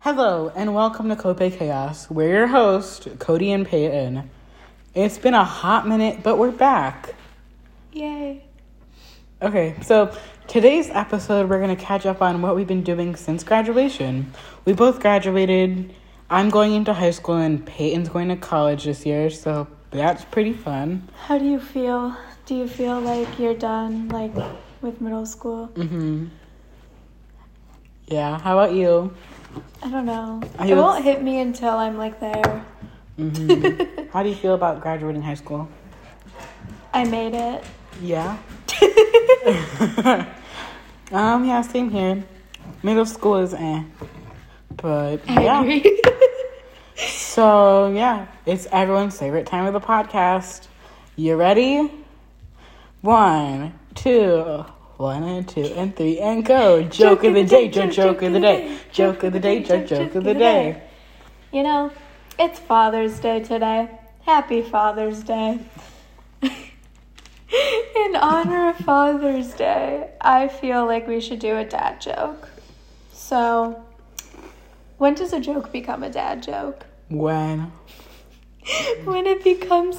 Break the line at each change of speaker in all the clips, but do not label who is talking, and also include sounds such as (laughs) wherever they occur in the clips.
Hello and welcome to Cope Chaos. We're your host, Cody and Peyton. It's been a hot minute, but we're back.
Yay.
Okay, so today's episode, we're going to catch up on what we've been doing since graduation. We both graduated. I'm going into high school, and Peyton's going to college this year, so that's pretty fun.
How do you feel? Do you feel like you're done like with middle school?
Mm. Yeah, how about you?
I don't know.
I
it
was-
won't hit me until I'm like there.
How do you feel about graduating high school?
(laughs) I made it.
Yeah. (laughs) um, yeah, same here. Middle school is eh. But yeah.
agree.
(laughs) So yeah, it's everyone's favorite time of the podcast. You ready? One, two, one and two and three and go. (laughs) Joke of the day, joke, joke of the day, joke of the day, joke, joke of the day.
you know, it's Father's Day today. Happy Father's Day. (laughs) In honor of Father's Day, I feel like we should do a dad joke. So, when does a joke become a dad joke? (laughs)
When
when it becomes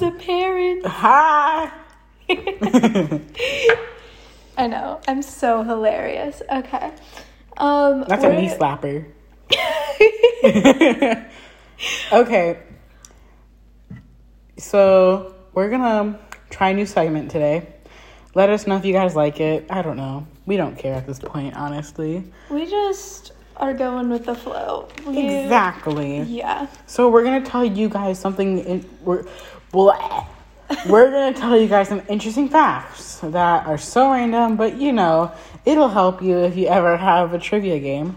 (laughs)
apparent.
hi.
(laughs) I know. I'm so hilarious. Okay. Um,
That's a
we're-
knee
(laughs)
slapper. (laughs) okay. So we're gonna try a new segment today. Let us know if you guys like it. I don't know. We don't care at this point, honestly.
we just are going with the flow. We-
Exactly.
Yeah.
So we're gonna tell you guys something. In, we're bleh. we're gonna tell you guys some interesting facts that are so random, but you know it'll help you if you ever have a trivia game.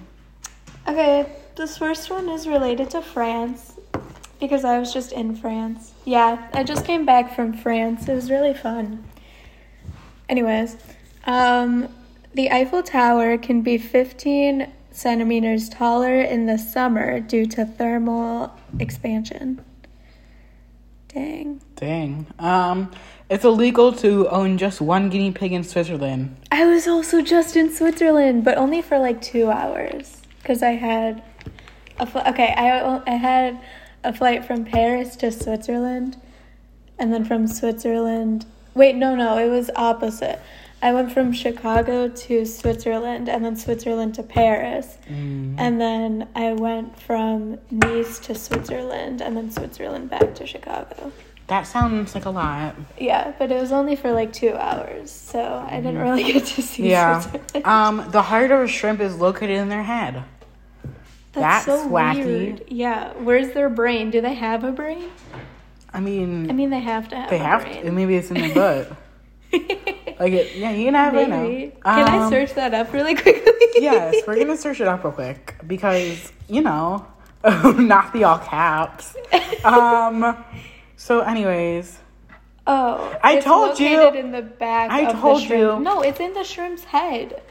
Okay. This first one is related to France because I was just in France. Yeah, I just came back from France. It was really fun. Anyways, um, the Eiffel Tower can be 15 centimeters taller in the summer due to thermal expansion. Dang.
Dang. Um, it's illegal to own just one guinea pig in Switzerland.
I was also just in Switzerland, but only for like two hours because I had a fl- okay. I I had a flight from Paris to Switzerland, and then from Switzerland. Wait, no, no, it was opposite. I went from Chicago to Switzerland, and then Switzerland to Paris, and then I went from Nice to Switzerland, and then Switzerland back to Chicago.
That sounds like a lot.
Yeah, but it was only for like two hours, so I didn't really (laughs) get to see
Yeah. (laughs)
Switzerland.
um, the heart of a shrimp is located in their head. That's wacky.
Yeah, where's their brain? Do they have a brain?
I
I
mean,
mean, they have to have.
they
a
have to.
(laughs) brain.
Maybe it's in their butt. Like, it, yeah, you can have it now.
Maybe. Can I
Um,
search that up really (laughs) quickly?
yes, we're gonna search it up real quick because you know, (laughs) not the all
(laughs)
caps. Um. So, anyways,
Oh,
I
it's
told you.
located in the back.
I
of the
told
shrimp.
you.
No, it's in the shrimp's head.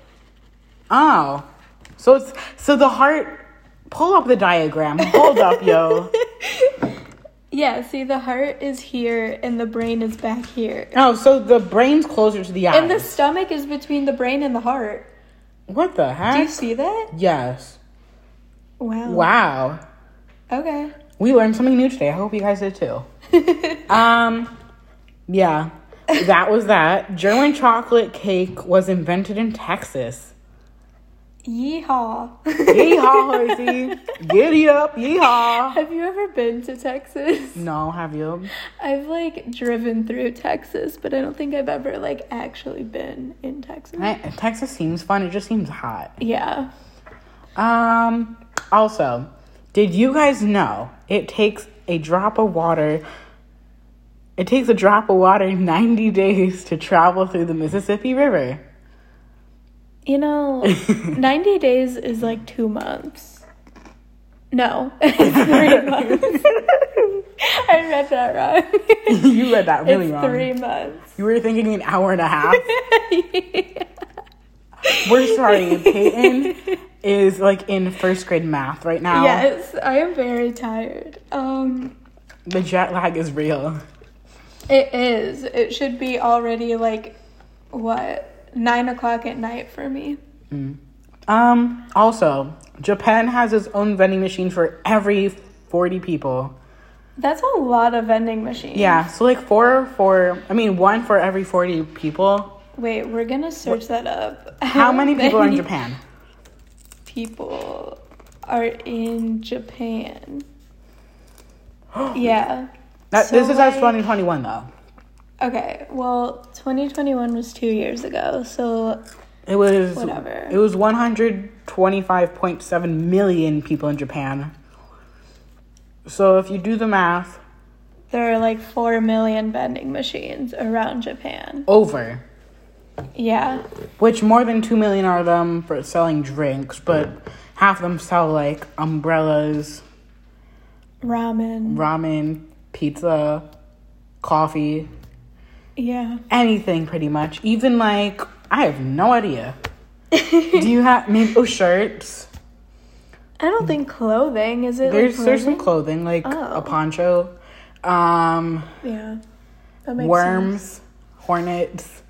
oh, so it's so the heart. Pull up the diagram. Hold up, yo.
(laughs) Yeah. See, the heart is here, and the brain is back here,
Oh, so the brain's closer to the eyes.
and the stomach is between the brain and the heart.
what the
Do you
heck?
see that?
yes.
Wow.
Wow.
Okay.
We learned something new today. I hope you guys did too. um, yeah, that was that. German chocolate cake was invented in Texas.
Yeehaw. (laughs)
Yeehaw, Horsey. Giddy up, yeehaw.
Have you ever been to Texas? (laughs)
No, have you?
I've like driven through Texas, but I don't think I've ever like actually been in Texas.
I, Texas seems fun. It just seems hot.
yeah.
Um, also, did you guys know it takes a drop of water? It takes a drop of water 90 days to travel through the Mississippi River.
You know,
(laughs)
90 days is like two months. No, (laughs)
(laughs)
it's three months. (laughs) I read that
(laughs)
wrong.
you read that really
it's
wrong.
three months. (laughs)
You were thinking an hour and a half. We're sorry, Peyton is like in first grade math right now.
Yes, I am very tired. Um,
The jet lag is real.
it is. It should be already like, what, nine o'clock at night for me.
Um, also, Japan has its own vending machine for every 40 people.
That's a lot of vending machines.
Yeah, so like four for, I mean, one for every 40 people.
Wait, we're gonna search that up.
How many people are in Japan?
People are
(gasps)
in Japan. yeah.
That,
So,
this is as
like-
2021, though.
Okay. Well, 2021 was two years ago, so
It was
Whatever.
It was 125.7 million people in Japan. So if you do the math,
there are like four million vending machines around Japan.
over,
Yeah.
which more than 2 million are them for selling drinks, but half of them sell like umbrellas,
Ramen.
ramen, pizza, coffee,
Yeah.
anything pretty much. Even like I have no
(laughs)
idea. do you have maybe oh shirts?
I don't think clothing is it.
There's
like
there's some
clothing?
clothing like
Oh.
a poncho. Um
Yeah. That makes
worms,
sense.
hornets,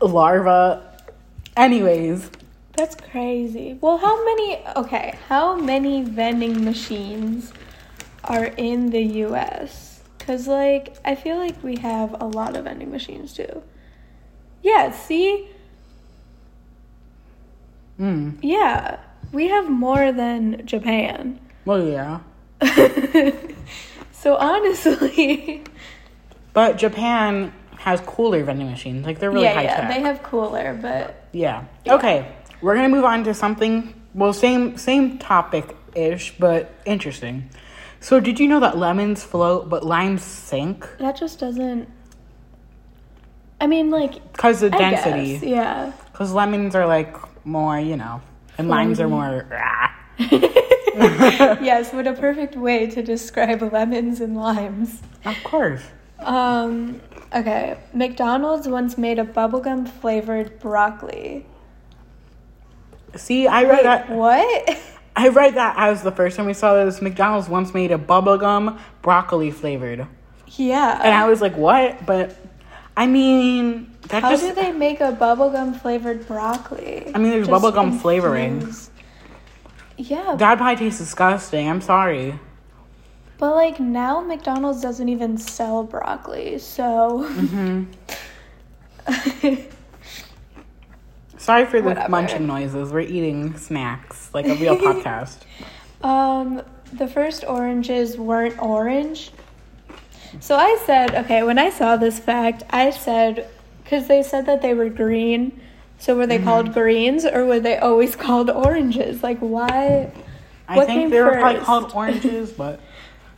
larva. Anyways,
That's crazy. Well, how many? Okay, how many vending machines are in the U.S.? Cause like I feel like we have a lot of vending machines too. Yeah. See.
mm,
Yeah, we have more than Japan. (laughs)
well, yeah.
so honestly, (laughs)
But Japan has cooler vending machines. Like they're really
yeah,
high
yeah,
tech.
they have cooler, but
yeah. Okay, we're gonna move on to something. Well, same same topic ish, but interesting. So, did you know that lemons float but limes sink
that just doesn't. I mean, like
because the
I
density?
guess, yeah.
Because lemons are like more, you know, and limes are more. ah, rah.
(laughs) yes, what a perfect way to describe lemons and limes.
Of course.
Um, okay. McDonald's once made a bubblegum flavored broccoli.
See, I read that.
What? (laughs)
I read that as the first time we saw this. McDonald's once made a bubblegum broccoli flavored. And
yeah.
I was like, what? But I mean, that
How
just.
do they make a bubblegum flavored broccoli?
I mean, there's
Just
bubblegum flavoring.
infused- Yeah,
that pie tastes disgusting. I'm sorry.
but like now McDonald's doesn't even sell broccoli, so.
Mm-hmm.
(laughs)
Sorry for the
Whatever.
munching noises. We're eating snacks like a real
(laughs)
podcast.
Um, the first oranges weren't orange. So I said, okay, when I saw this fact, I said, because they said that they were green. So were they
Mm-hmm.
called greens or were they always (laughs) called oranges? Like, why?
I
What
think
came
they were probably
first?
called oranges, but.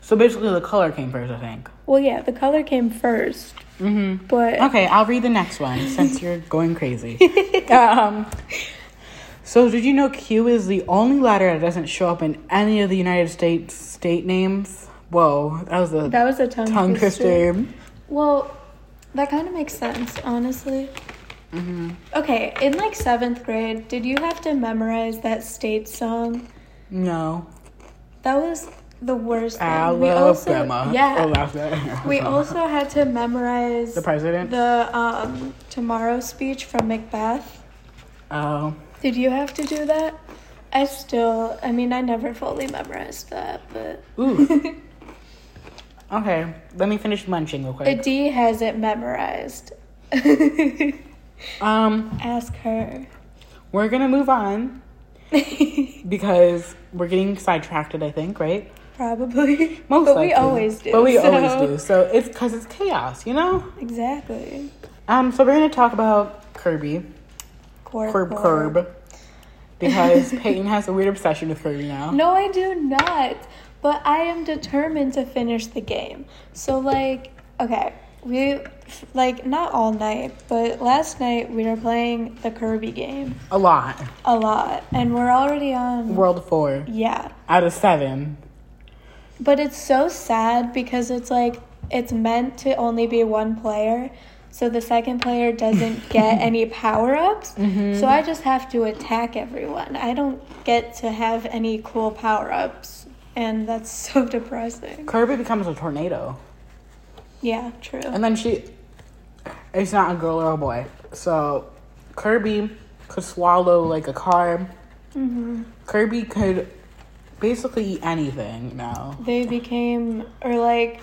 So basically, the color came first, I think.
Well, yeah, the color came 1st Mm-hmm. But
Okay, I'll read the next one since you're going
(laughs)
crazy. um, so, did you know Q is the only letter that doesn't show up in any of the United States state names? Whoa, that was a
that was a tongue,
tongue
twister.
twister.
Well, that kind of makes sense, honestly.
Mm-hmm.
Okay, in like seventh grade, did you have to memorize that state song?
No,
That was the worst thing. We also-
Alabama.
yeah.
Oh, that's it. (laughs)
We also had to memorize
the president.
the, um, tomorrow speech from Macbeth.
oh,
Did you have to do that? I still, I mean, I never fully memorized that,
(laughs)
but
ooh. okay, let me finish munching real
the
quick.
D has it memorized. (laughs)
Um,
Ask her. (laughs)
we're gonna move on because we're getting sidetracked. I think, right?
Probably.
Most
but
likely.
we always do.
But we
so-
always do. So it's because it's chaos, you know.
Exactly.
Um. So we're gonna talk about Kirby,
Corp,
Curb Curb,
(laughs)
because Peyton has a weird obsession with Kirby now.
No, I do not. But I am determined to finish the game. So, like, okay, we, like, not all night, but last night we were playing the Kirby game
A lot.
a lot, and we're already on.
World four
Yeah.
out of seven.
But it's so sad because it's like, it's meant to only be one player. So the second
(laughs)
player doesn't get any power ups.
Mm-hmm.
So I just have to attack everyone. I don't get to have any cool power ups. And that's (laughs) so depressing.
Kirby becomes a tornado,
Yeah, true.
and then she. It's not a girl or a boy. So, Kirby could swallow like a carb.
Mm-hmm.
Kirby could basically eat anything now.
They became, or like,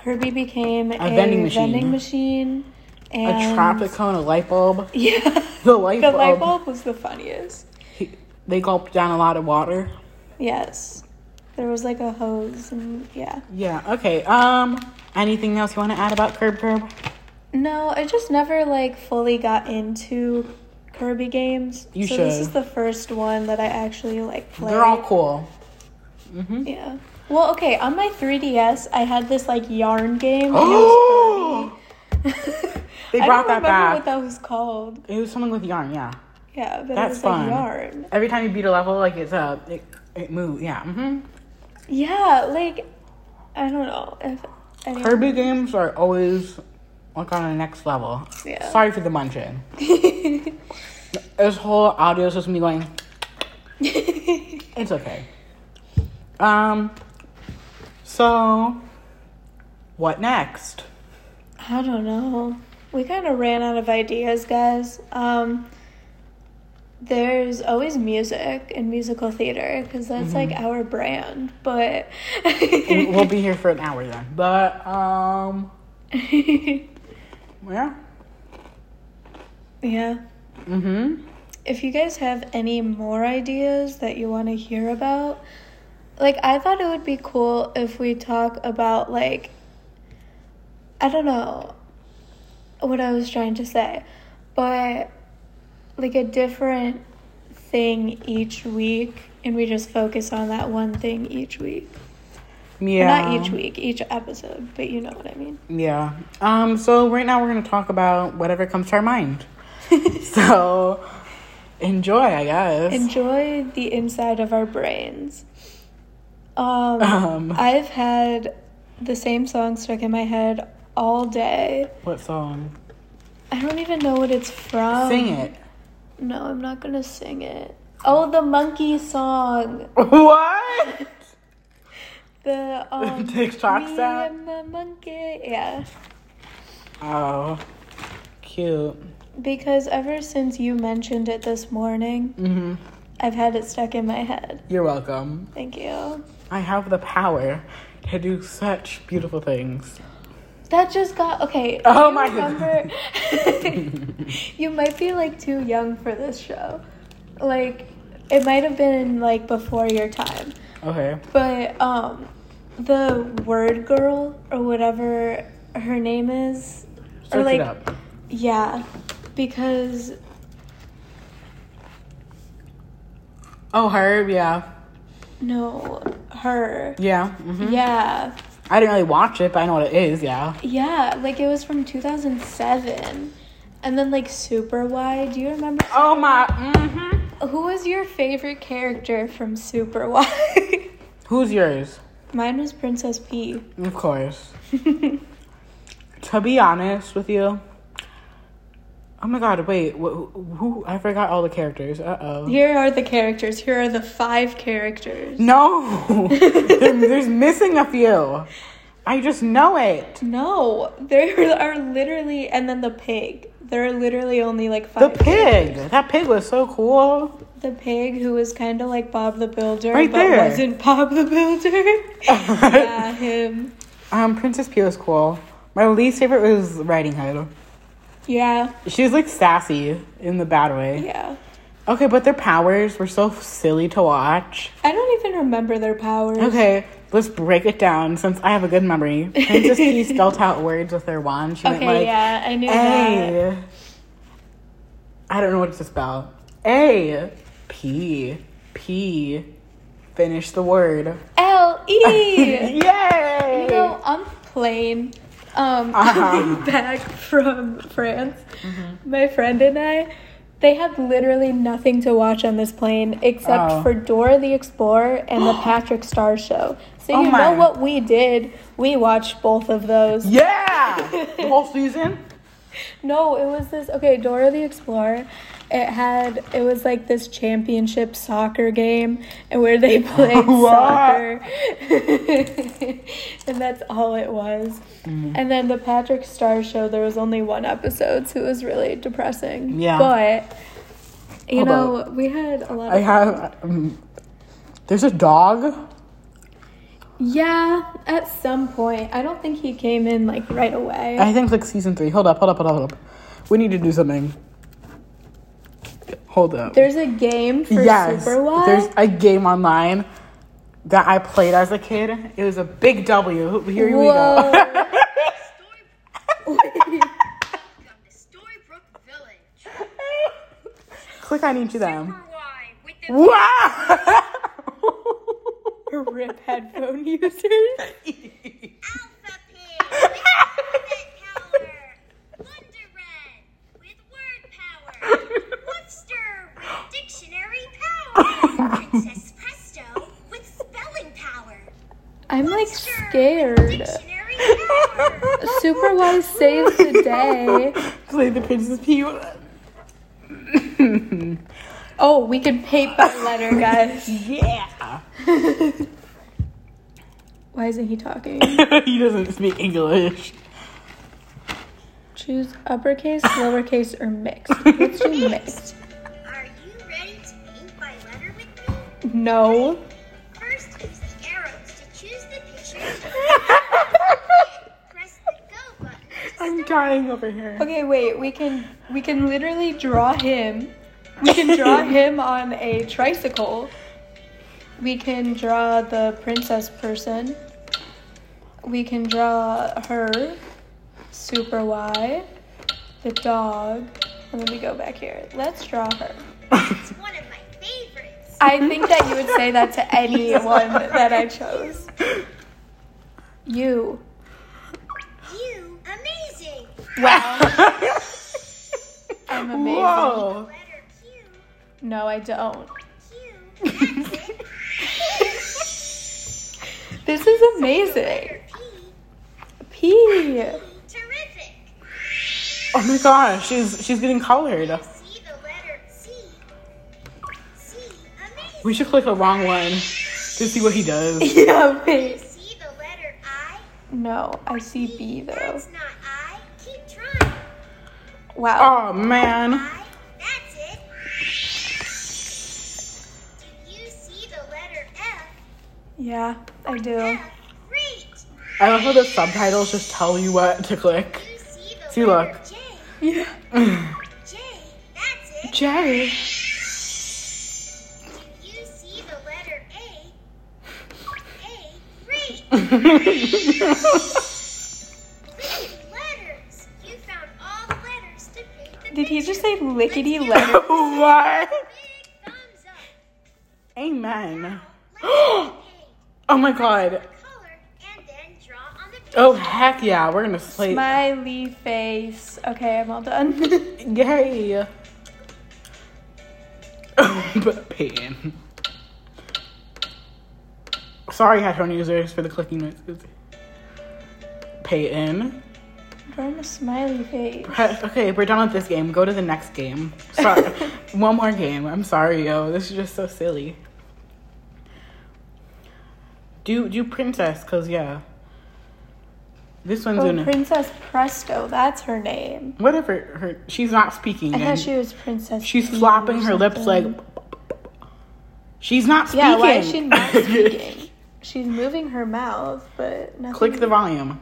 Kirby became a,
vending machine.
machine and
A traffic cone, a light bulb.
(laughs) Yeah,
(laughs) The light
the
bulb.
light bulb was the funniest.
He, they gulped down a lot of water.
Yes, there was like a hose and yeah.
Yeah. Okay. Um. Anything else you want to add about Curb Curb?
No, I just never like fully got into Kirby games.
You
so this
should.
is the first one that I actually like played.
They're all cool.
Yeah. Well, okay, on my 3DS, I had this like yarn game. and it was Kirby.
Oh!
(laughs)
They
I
brought
don't
that
remember
back.
what that was called.
It was something with yarn. Yeah.
Yeah, but
That's
it was
fun.
like yarn.
Every time you beat a level, like it's a it, it moves. Yeah. hmm
Yeah, like I don't know if anyone,
Kirby games are always like on the next level.
Yeah.
Sorry for the munching.
(laughs)
This whole audio is just me going.
(laughs)
It's okay. Um. So, what next?
I don't know. We kind of ran out of ideas, guys. Um, there's always music and musical theater because that's like our brand. But
We- Mm-hmm. we'll be here for an hour then. But um, yeah.
(laughs) yeah,
Mm-hmm.
if you guys have any more ideas that you want to hear about, like I thought it would be cool if we talk about like I don't know what I was trying to say, but like a different thing each week and we just focus on that one thing each week. Or
Yeah.
Not each week, each episode, but you know what I mean.
Yeah. Um. So right now we're gonna talk about whatever comes to our
(laughs)
mind. so enjoy, I guess.
Enjoy the inside of our brains. Um,
Um.
I've had the same song stuck in my head all day.
What song?
I don't even know what it's from.
Sing it. (laughs)
No, I'm not gonna sing it. Oh, the monkey song.
What? (laughs)
The um,
TikTok
me
sound?
and the monkey. Yeah,
Oh, cute.
because ever since you mentioned it this morning,
Mhm.
I've had it stuck in my head.
You're welcome.
Thank you.
I have the power to do such beautiful things.
That just got okay. do
Oh
you
my
remember, (laughs) you might be like too young for this show. Like it might have been like before your time.
Okay.
But um the word girl or whatever her name is
Search
like-
it up.
yeah because
Oh, Herb. Yeah.
no her
Yeah. hmm
yeah
I didn't really watch it, but I know what it is. Yeah.
yeah like it was from 2007 and then like super why do you remember
Oh my. hmm
who was your favorite character from super why
Who's yours?
(laughs) mine was princess p
Of course. to be honest with you. Oh my god, wait. Who, who I forgot all the characters. Uh-oh.
here are the characters here are the five characters
No. (laughs) there, there's missing a few. I just know it.
No, there are literally, and then the pig. There are literally only like
The
five.
pig. That pig was so cool.
The pig who was kind of like Bob the Builder,
Right
but
there.
wasn't Bob
(laughs)
the Builder. yeah, him.
Um Princess P was cool. My least favorite was Riding Hood.
Yeah,
She was like sassy in the bad way.
yeah.
Okay, but their powers were so silly to watch.
I don't even remember their powers.
Okay, let's break it down since I have a good memory.
(laughs)
Princess P spelt out words with her wand. She went
Okay,
like,
yeah, I knew that.
A. I don't know what to spell. A. P. P. Finish the word.
L E.
(laughs) Yay! Uh-huh.
you know, on the plane, um, (laughs) coming back from France,
Mm-hmm.
my friend and I, they had literally nothing to watch on this plane except
Oh.
for Dora the Explorer and
(gasps)
the Patrick Star Show. So
Oh
you
my.
know what we did? We watched both of those.
Yeah! the whole season?
No, it was this. Okay, Dora the Explorer. It had it was like this championship soccer game, and where
(laughs)
they played
What?
soccer, (laughs) and that's all it was.
Mm.
And then the Patrick Star show, there was only one episode, so it was really depressing.
Yeah.
but You
Hold
know, we had a lot of.
I have. Um, there's a dog.
yeah, at some point. I don't think he came in like right away.
I think it's like season three. Hold up, hold up, hold up, hold up. We need to do something. Hold up.
There's a game for
yes,
Super Y.
there's (laughs) a game online that I played as a kid. It was a big W. Here we go.
Whoa.
Welcome to Storybrooke Village.
(laughs) Click I need you them.
Super Y with the
Wow.
Rip headphone (laughs) users.
(laughs)
(laughs)
Alpha Pig. Alphabet Power. Wonder Red with Word Power. Woofster with Dictionary Power. Princess Presto with Spelling Power.
I'm like
Woofster with
scared.
Dictionary Power.
Super Y saves the day.
Play the Princess P.
Oh, we could paint by (laughs) letter, guys.
Yeah.
Why isn't he talking?
(laughs) he doesn't speak
(laughs)
English.
Choose uppercase, lowercase, or mixed. Let's do mixed.
Are you ready to paint by letter with me?
No.
First, use the arrows to choose the picture. Press the go button.
I'm dying over here.
Okay, wait. We can we can literally draw him. We
(laughs)
can (laughs) draw him on a tricycle. We can draw the princess person. We can draw her, Super Y, the dog, and then we go back here. Let's draw her.
It's one of my favorites.
I think that you would say that to anyone that I chose. You.
You amazing.
Wow. I'm amazing.
Whoa.
Letter Q.
No, I don't.
Q. That's it.
This is amazing.
Letter P.
P.
Terrific.
Oh my gosh, she's she's getting colored.
See the letter C. C. Amazing.
We should click the wrong one to see what he does.
(laughs) Yeah, wait.
See the letter I.
No, I see B though.
That's not I. Keep trying.
Wow.
Oh man.
I. That's it. Do you see the letter F?
Yeah, I do.
F. Great.
I love how the subtitles just tell you what to click. (laughs)
You see
See,
the letter
look.
J.
Yeah.
J. That's it.
Jay.
Do you see the letter A? A. Great. Three letters. You found all the letters to paint the
Did he
picture.
just say lickety letter?
what?
Big thumbs up.
Amen.
(gasps)
Now,
Oh
let's paint
my god.
color and then draw on the picture.
Oh heck yeah, we're gonna play.
Smiley face. Okay, I'm
(laughs)
all done.
Yay. but pain. Sorry, headphone users, for the clicking noises. Payton.
Drawing a smiley face.
Pre- Okay, we're done with this game. Go to the next game.
(laughs)
Sorry. One more game. I'm sorry, yo. This is just so silly. Do do princess, cause yeah. This one's
Oh,
in
Princess Presto. That's her name.
whatever. Her she's not speaking.
I thought
and
she was Princess.
she's
P or
flopping her lips like.
something.
She's not speaking.
Yeah, why is she
(laughs)
not speaking? She's moving her mouth, but nothing.
Click the volume.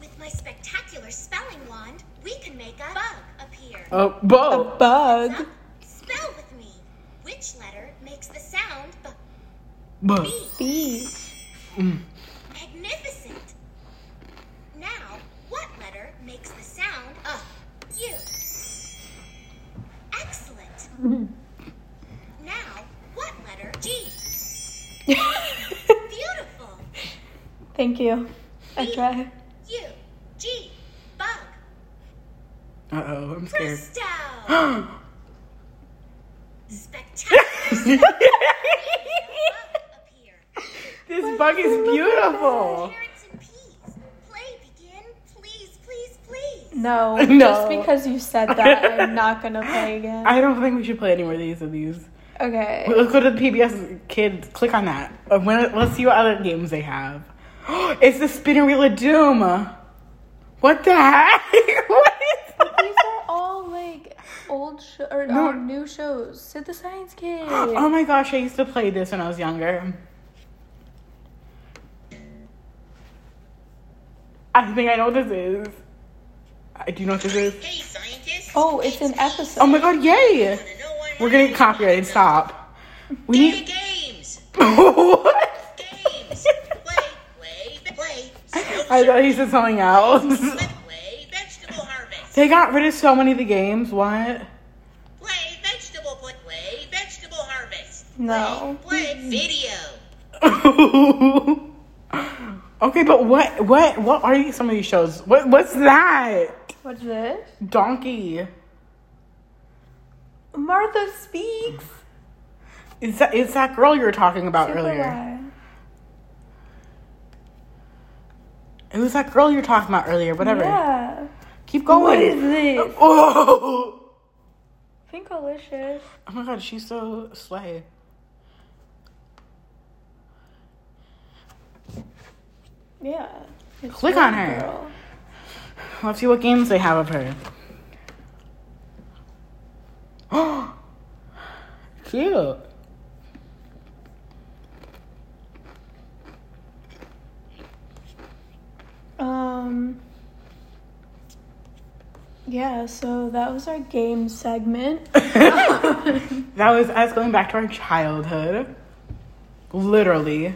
With my spectacular spelling wand, we can make a bug appear.
Oh,
A
bo.
bug.
Up, spell with me. Which letter makes the sound b?
Bo. Mm.
B.
B.
Magnificent. Now, what letter makes the sound of U? Excellent. Now, what letter G? Beautiful.
(laughs) Thank you. I try.
U G bug
Uh oh, I'm scared.
presto. Spectacular bug appear.
(laughs) this bug is beautiful.
Carrots and peas. Play begin. Please, please, please.
No,
(laughs) No.
Just because you said
(laughs)
that, I'm not gonna play again.
I don't think we should play any more of these of these. (laughs)
Okay.
Let's go to the PBS Kids. Click on that. Uh, when- Let's see what other games they have. (gasps) it's the Spinner Wheel of Doom. What the heck? (laughs) what is
These
that?
are all like old show or
No.
um, new shows. Sid the
(gasps)
Science Kid.
Oh my gosh, I used to play this when I was younger. I think I know what this is. I do know what this is.
Hey, scientists.
Oh, it's an episode.
Oh my god, yay!
Wanna know why
We're
I
getting
like
copyrighted. Stop. We need. (laughs)
games.
what?
Games. play, play, play.
I thought he said something else. (laughs)
Play vegetable harvest.
They got rid of so many of the games. What? (laughs)
Play vegetable play. Play vegetable harvest.
no.
Play video.
okay, but what? What? What are these, some of these shows? What? What's that?
What's this?
Donkey.
Martha Speaks.
It's that, it's that girl you were talking about
Super
earlier.
Live.
It was that girl you were talking about earlier. Whatever.
Yeah.
Keep going.
What is this?
(laughs) Oh.
Pinkalicious.
Oh my god, she's so slay.
Yeah. It's
Click on her.
Girl.
Let's see what games they have of her. Oh, (gasps) cute.
Um. Yeah, so that was our game segment. (coughs)
(laughs) That was us going back to our childhood. Literally.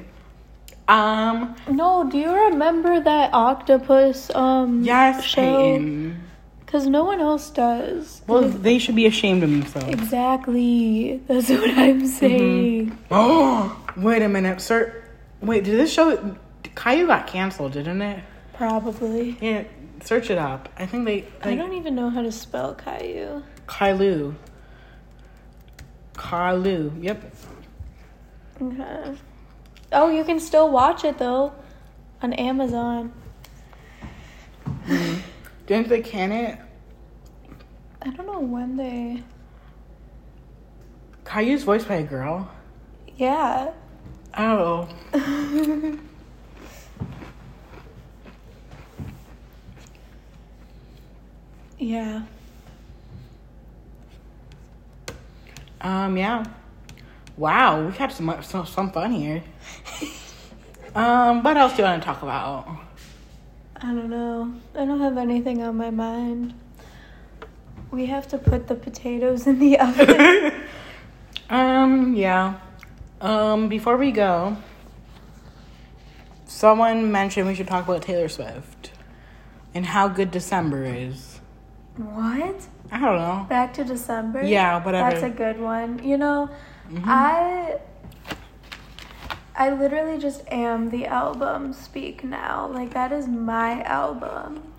Um,
no, do you remember that octopus um
yes,
show?
Peyton.
Cuz no one else does.
Well, they should be ashamed of
(gasps)
themselves. (gasps)
Exactly. That's (laughs) what I'm
Mm-hmm.
saying.
Oh, wait a minute, sir. Wait, did this show. Caillou got canceled, didn't it?
Probably.
Yeah, search it up. I think they.
I
Like,
don't even know how to spell Caillou.
Caillou. Caillou. Yep.
Okay. Oh, you can still watch it though on Amazon.
Didn't they can it?
I don't know when they.
Caillou's voiced by a girl.
Yeah.
Oh.
(laughs) Yeah.
Um, yeah. Wow, we had so much, so, some fun here. um, what else do you want to talk about?
I don't know. I don't have anything on my mind. We have to put the potatoes in the (laughs) oven.
um, yeah. Um, before we go, someone mentioned we should talk about Taylor Swift and how good December is.
what?
I don't know.
Back to December?
Yeah, whatever. Mm-hmm.
That's a good one. You know, I. I literally just am the album Speak Now. Like, that is my album.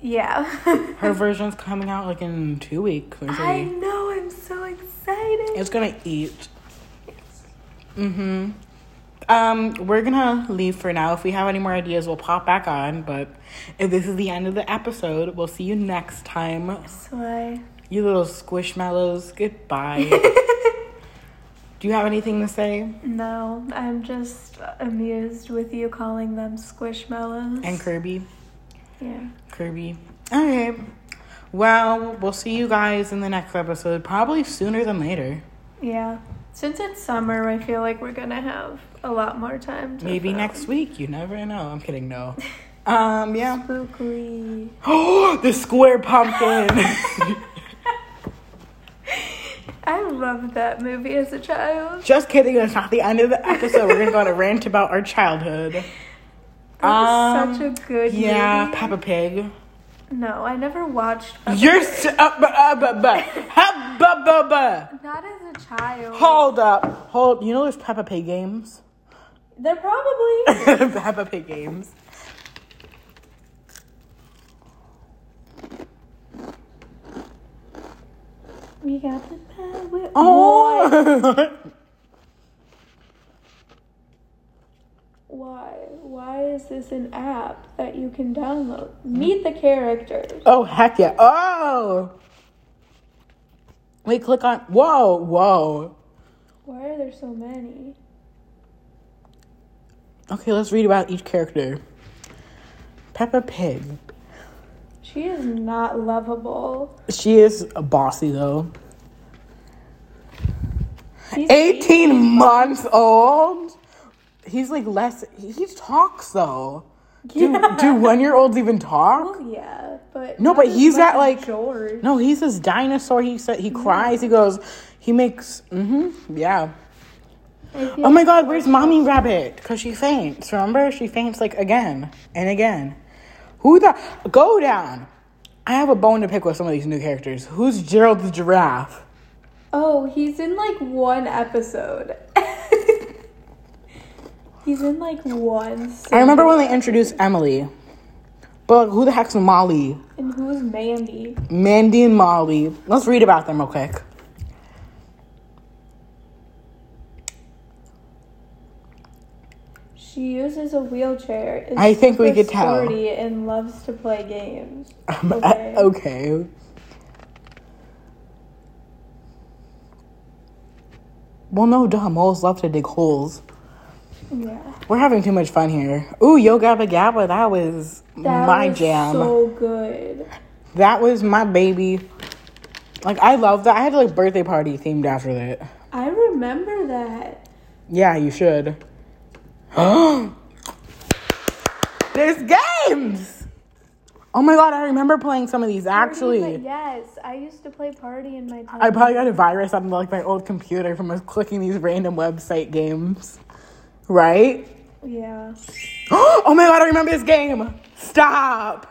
Yeah. (laughs)
Her version's coming out like in two weeks or
I
something.
know, I'm so excited.
It's gonna eat. Mm-hmm. Um, we're gonna leave for now. If we have any more ideas, we'll pop back on. But if this is the end of the episode, we'll see you next time.
so
(laughs)
I.
You little squishmallows,
(laughs)
goodbye. Do you have anything to say?
No, I'm just amused with you calling them squishmallows.
And Kirby?
yeah.
Kirby. Okay. Well, we'll see you guys in the next episode, probably sooner than later.
Yeah. Since it's summer, I feel like we're gonna have a lot more time to
Maybe
film.
next week. You never know. I'm kidding, no. Um, yeah. (gasps)
Spookly.
Oh, the square pumpkin.
I loved that movie as a child.
Just kidding. That's not the end of the episode. We're gonna go on a rant about our childhood.
That was
Um,
such a good
Yeah,
movie.
Peppa Pig.
No, I never watched Peppa
You're s- uh, bu- uh, bu- bu- Ha- bu- bu- bu.
Not as a child.
Hold up, hold. You know there's Peppa Pig games. (laughs)
They're probably
Peppa Pig games.
We got the power.
Oh,
Why? Why is this an app that you can download? Meet the characters.
oh heck yeah. Oh. Wait, click on. Whoa, whoa.
Why are there so many?
Okay, let's read about each character. Peppa Pig.
She is not lovable.
She is bossy though.
He's
18 months old. He's like less. He talks though. Do,
Yeah.
do one year olds even talk?
Oh, yeah, but
No,
not
but
as
he's
much
got,
as
like-
George.
No, he's this dinosaur. He said he cries. He goes. He makes. Mm-hmm. Yeah. Oh my God! Where's mommy rabbit? Cause she faints. Remember, she faints like again and again. Who the go down? I have a bone to pick with some of these new characters. Who's Gerald the giraffe?
Oh, he's in like one episode. (laughs) he's in like one.
I remember when
single-
they introduced Emily. But who the heck's Molly?
And who's Mandy?
Mandy and Molly. Let's read about them real quick. (laughs)
She uses a wheelchair. Is
I think we
super
could tell. Um, uh,
Sporty and loves to play games.
Okay. okay. Well, no, duh. Moles love to dig holes.
Yeah.
We're having too much fun here. Ooh, Yo Gabba Gabba, that was
That
my
was
jam.
So good.
that was my baby. Like, I love that. I had, like, birthday party themed after that.
I remember that.
Yeah, you should. (gasps) There's games! Oh my god, I remember playing some of these actually.
yes, I used to play party in my time.
I probably got a virus on like my old computer from us clicking these random website games. Right? (gasps)
yeah.
oh my god, I remember this game. Stop.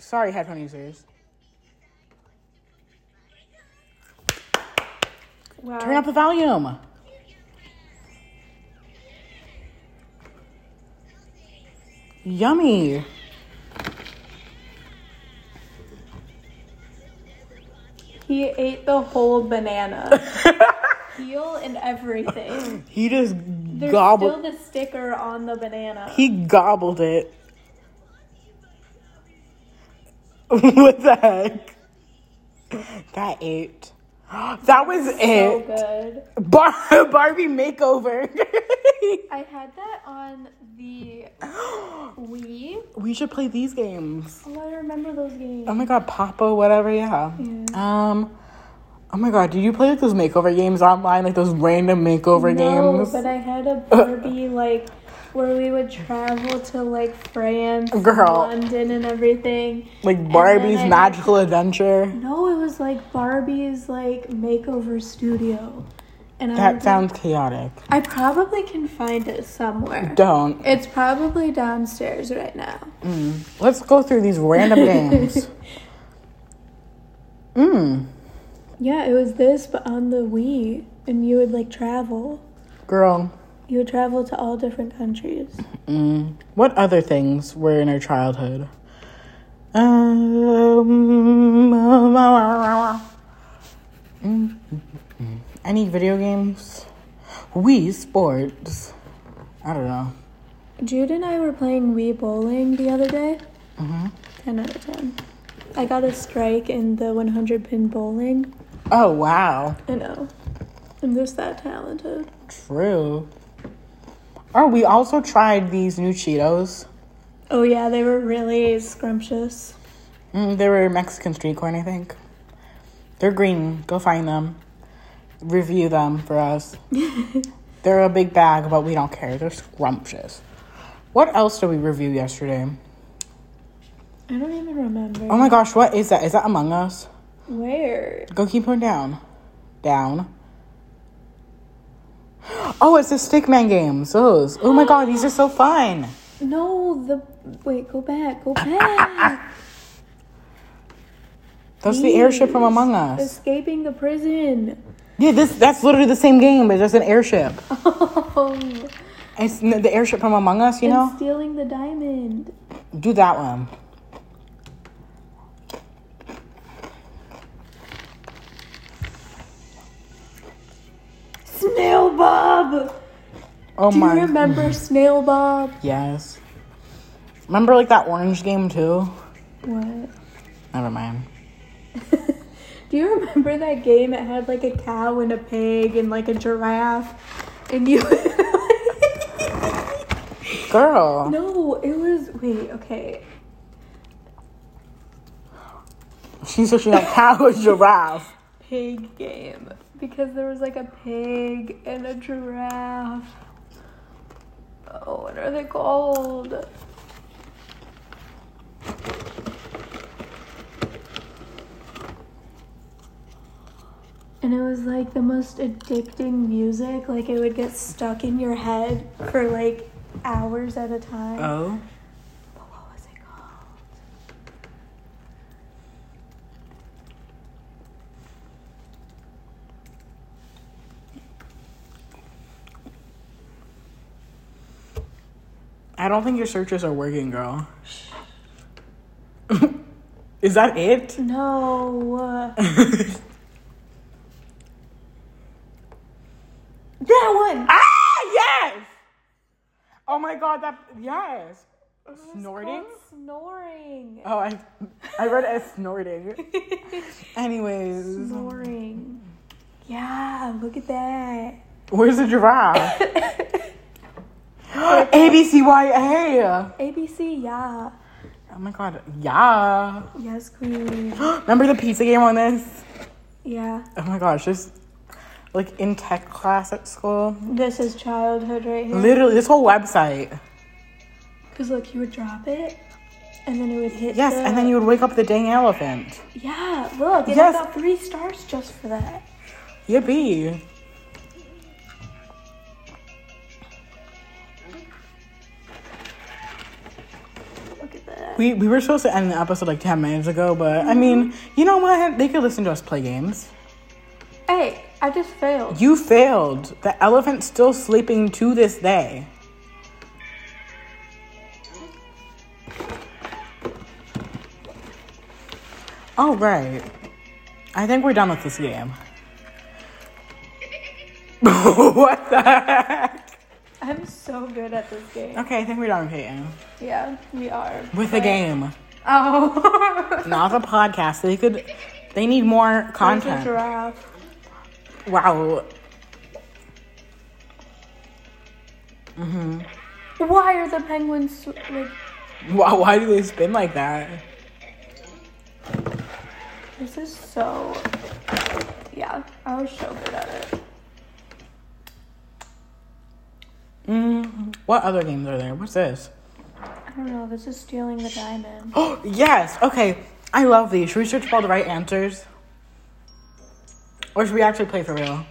Sorry, headphone users.
Wow.
Turn up the volume. Yummy.
He ate the whole
(laughs)
banana, peel and everything.
He just
There's
gobbled.
still the sticker on the banana.
he gobbled it. (laughs) what the heck? That ate. (gasps) That was
so
it.
good.
Bar- (laughs) Barbie makeover. (laughs)
I had that on the (gasps) Wii.
we should play these games.
Oh, I remember those games.
Oh my god, Papa, whatever, yeah. Um, oh my god, do you play like those makeover games online, like those random makeover
no,
games?
but I
(laughs)
had a Barbie like where we would travel to like France, and
Girl.
London, and everything.
like Barbie's
I had-
Magical Adventure.
No, it was like Barbie's like makeover studio, and I
That
was
sounds chaotic.
like- I probably can find it somewhere.
Don't.
It's probably downstairs right now.
Let's go through these
(laughs)
random games. Mmm.
Yeah, it was this, but on the Wii, and you would like travel.
Girl,
You would travel to all different countries.
what other things were in her childhood? Um, any video games? Wii Sports. I don't know.
Jude and I were playing Wii bowling the other day.
Mm-hmm.
Ten out of ten. I got a strike in the 100 pin bowling.
Oh, wow.
I know. I'm just that talented.
True. Oh, we also tried these new Cheetos.
Oh yeah, they were really scrumptious.
Mm, they were Mexican street corn, I think. They're green. Go find them. Review them for us. They're a big bag, but we don't care. They're scrumptious. What else did we review yesterday?
I don't even remember
Oh my gosh, what is that? Is that Among Us?
where.
Go keep her down. Down. Oh, it's the Stickman games. Those. Oh my god, these are so fun.
No, the wait, go back, go
(coughs)
back.
That's the airship from Among Us.
Escaping the prison. (laughs)
Yeah, this that's literally the same game, but just an airship.
and
It's n- the airship from Among Us, you know?
stealing the diamond.
Do that one.
Snail Bob.
Oh
Do you
my. (laughs)
remember Snail Bob?
Yes. Remember like that orange game too?
What? (laughs)
Never mind.
Do you remember that game? It had like a cow and a pig and like a giraffe, and
(laughs)
you. (laughs)
Girl. (laughs)
no, it was wait. Okay,
She said she like cow or giraffe.
pig game because there was like a pig and a giraffe. Oh, what are they called? And it was like the most addicting music. Like it would get stuck in your head for like hours at a time.
(laughs) Oh.
But what was it called?
I don't think your searches are working, girl. (laughs) Is that it?
No. uh. (laughs) That one!
ah, yes! Oh my god, that. Yes. Snorting?
Snoring. (laughs)
Oh, I, I read it as snorting. (laughs) Anyways,
Snoring. Yeah, look at that. (laughs)
where's the (gasps) giraffe? ABCYA!
ABC, yeah.
Oh my god, yeah.
Yes, queen.
Remember the pizza game on this?
Yeah.
Oh my gosh, just like in tech class at school.
This is childhood right here.
Literally, this whole website.
Because look, you would drop it, and then it would hit.
Yes, and then you would wake up the dang elephant.
you. Yeah, look, and
Yes.
I got three stars just for that.
Yippee.
Look at that.
We, we were supposed to end the episode like 10 minutes ago, but I mean, you know what? They could listen to us play games.
Hey, I just failed.
You failed. The elephant's still sleeping to this day. All right. I think we're done with this game. (laughs) what the heck?
I'm so good at this game.
Okay, I think we're done, Peyton.
Yeah, we are.
Uh. With the game.
Oh.
Not the podcast. They could. They need more
There's
(laughs)
a
content.
giraffe.
Wow.
Why are the penguins sw- like?
Wow. Why do they spin like that?
This is so. Yeah, I was so good at it.
Mm, what other games are there? What's this?
I don't know. This is stealing the diamond.
Oh, yes. Okay. I love these. Should we search for all the right answers? Or should we actually play for real?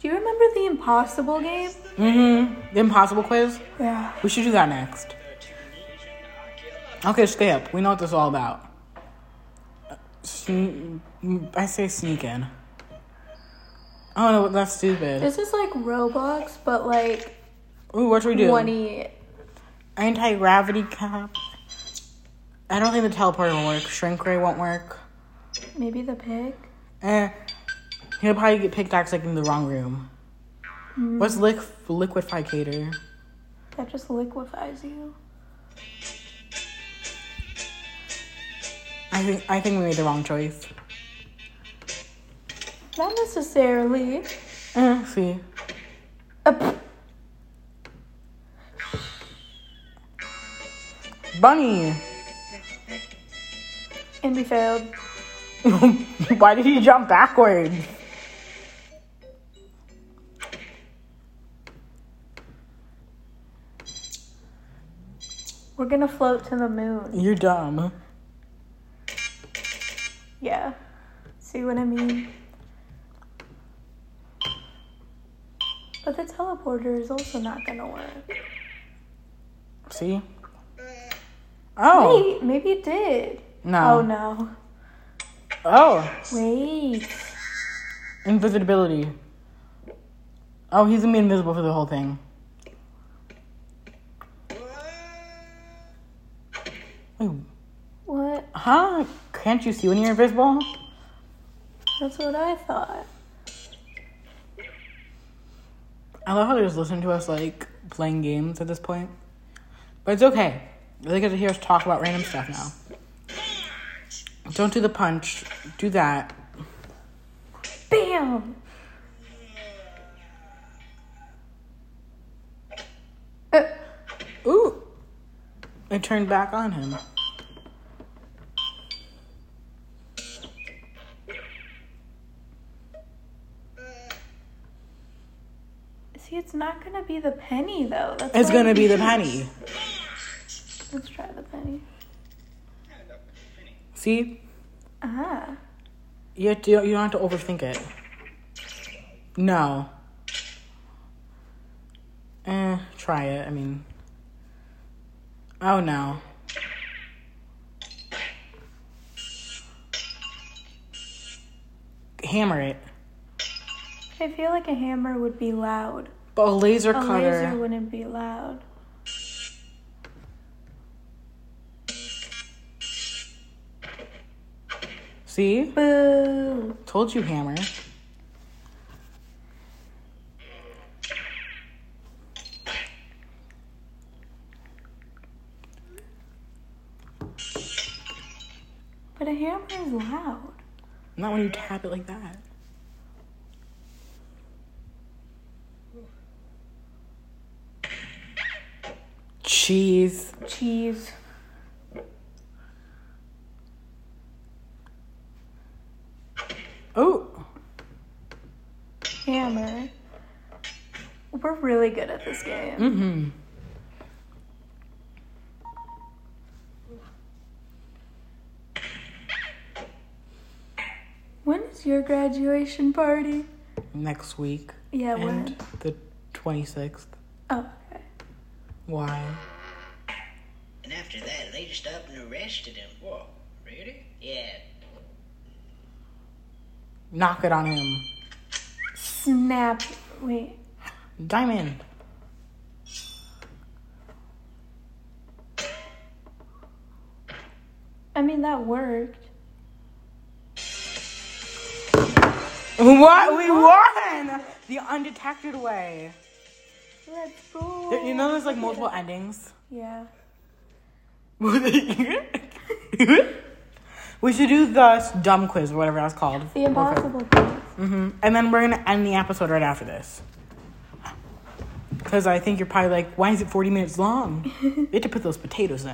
Do you remember the impossible game?
Mm-hmm. The impossible quiz?
Yeah.
We should do that next. Okay, skip. We know what this is all about. Sne- I say sneak in. Oh, no, that's stupid.
This is like Roblox, but like
Ooh, what should we do?
20.
Anti gravity cap. I don't think the teleporter will work. Shrink ray won't work.
Maybe the pig?
Eh. He'll probably get picked up like in the wrong room. What's lick liquidificator?
That just liquefies you.
I think I think we made the wrong choice.
Not necessarily.
Eh, see.
Uh, pff,
Bunny! (laughs)
and we failed.
Why did he jump backwards?
We're gonna float to the moon.
You're dumb.
Yeah. See what I mean? But the teleporter is also not gonna work.
See? Oh.
Wait, maybe it did.
No.
Oh no.
Oh.
Wait.
Invisibility. Oh, he's gonna be invisible for the whole thing. Wait,
What?
huh? Can't you see when you're invisible?
That's what I thought.
I love how they just listen to us like playing games at this point. But it's okay. They get to hear us talk about random stuff now. Don't do the punch. Do that.
Bam! Uh,
Ooh. It turned back on him.
See, it's not gonna be the penny though. That's
It's
why-
gonna be the penny.
Let's try the penny.
See,
Ah,
you have to, you don't have to overthink it. No. Eh, try it. I mean. Oh no. Hammer it.
I feel like a hammer would be loud.
But a laser
A
cutter.
laser wouldn't be loud.
See?
Boo!
Told you, hammer.
But a hammer is loud.
Not when you tap it like that. Cheese.
Cheese.
Oh,
Hammer. We're really good at this game.
mm-hmm.
When is your graduation party?
Next week.
Yeah,
And
when?
the 26th.
Oh, okay.
Why?
And after that, they just up and arrested him. Whoa, really? Yeah.
Knock it on him.
Snap. Wait.
Diamond.
I mean, that worked.
What? We won! The undetected way.
Let's go.
There- You know there's like multiple (laughs) endings?
Yeah.
we should do the dumb quiz, or whatever that's called.
The impossible quiz.
hmm And then we're gonna end the episode right after this. Because I think you're probably like, why is it 40 minutes long? we have to put those potatoes in.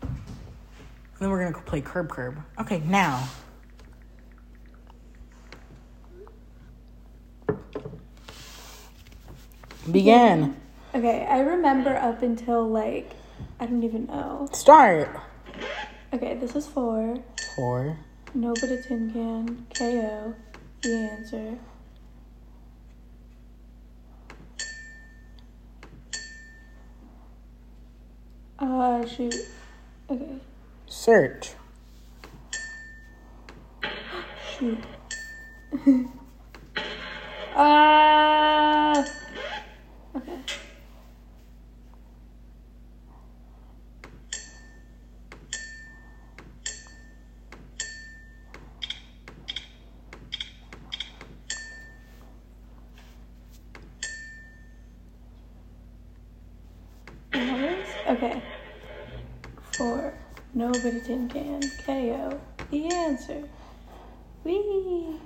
And then we're gonna go play Curb Curb. Okay, now. Begin.
Okay, I remember up until like, I don't even know.
Start.
Okay, this is four.
Four.
No, but a tin can. KO. The answer. Uh, shoot. Okay,
Search.
shoot. Ah. okay. Numbers? Okay. Four. Nobody tin can. KO. The answer. Wee.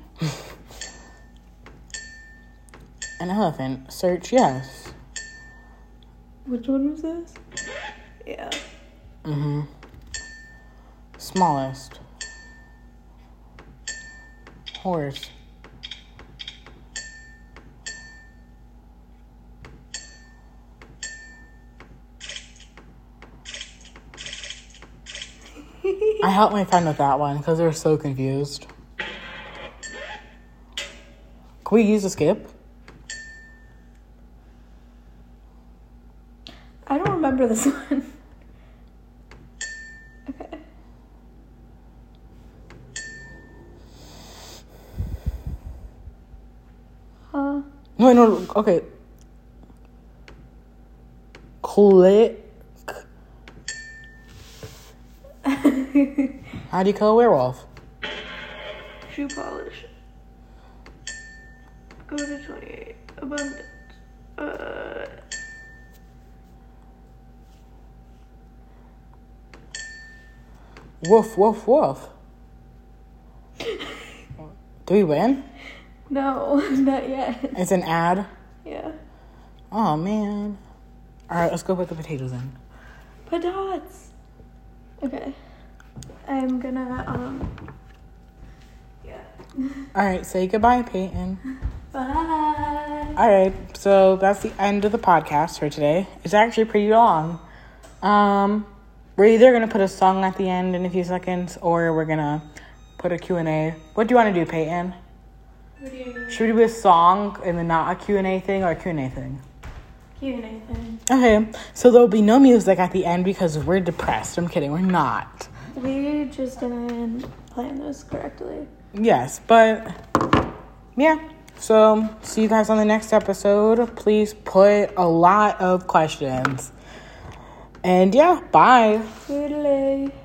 An elephant. Search, yes.
Which one was this? Yeah.
Mm-hmm. Smallest. Horse. I helped my friend with that one because they were so confused. Can we use a skip?
I don't remember this (laughs) one. Okay. Huh?
No, no, okay. Click. How do you kill a werewolf?
Shoe polish. Go to 28. Abundance. Uh.
Woof, woof, woof. Do we win?
No, (laughs) not yet.
It's an ad.
Yeah.
Oh, man. All right, let's go put the potatoes in.
Padots. Okay. I'm gonna um yeah. (laughs)
All right, say goodbye, Peyton.
Bye.
All right, so that's the end of the podcast for today. It's actually pretty long. Um, we're either gonna put a song at the end in a few seconds, or we're gonna put a Q and A. What do you want to do, Peyton?
What do you mean?
Should we do a song and then not a Q and A thing, or a Q and A thing?
You, Nathan.
Okay, so there'll be no music at the end because we're depressed. I'm kidding, we're not.
We just didn't plan this correctly.
Yes, but yeah. So see you guys on the next episode. Please put a lot of questions. And yeah, bye.
Toodaloo.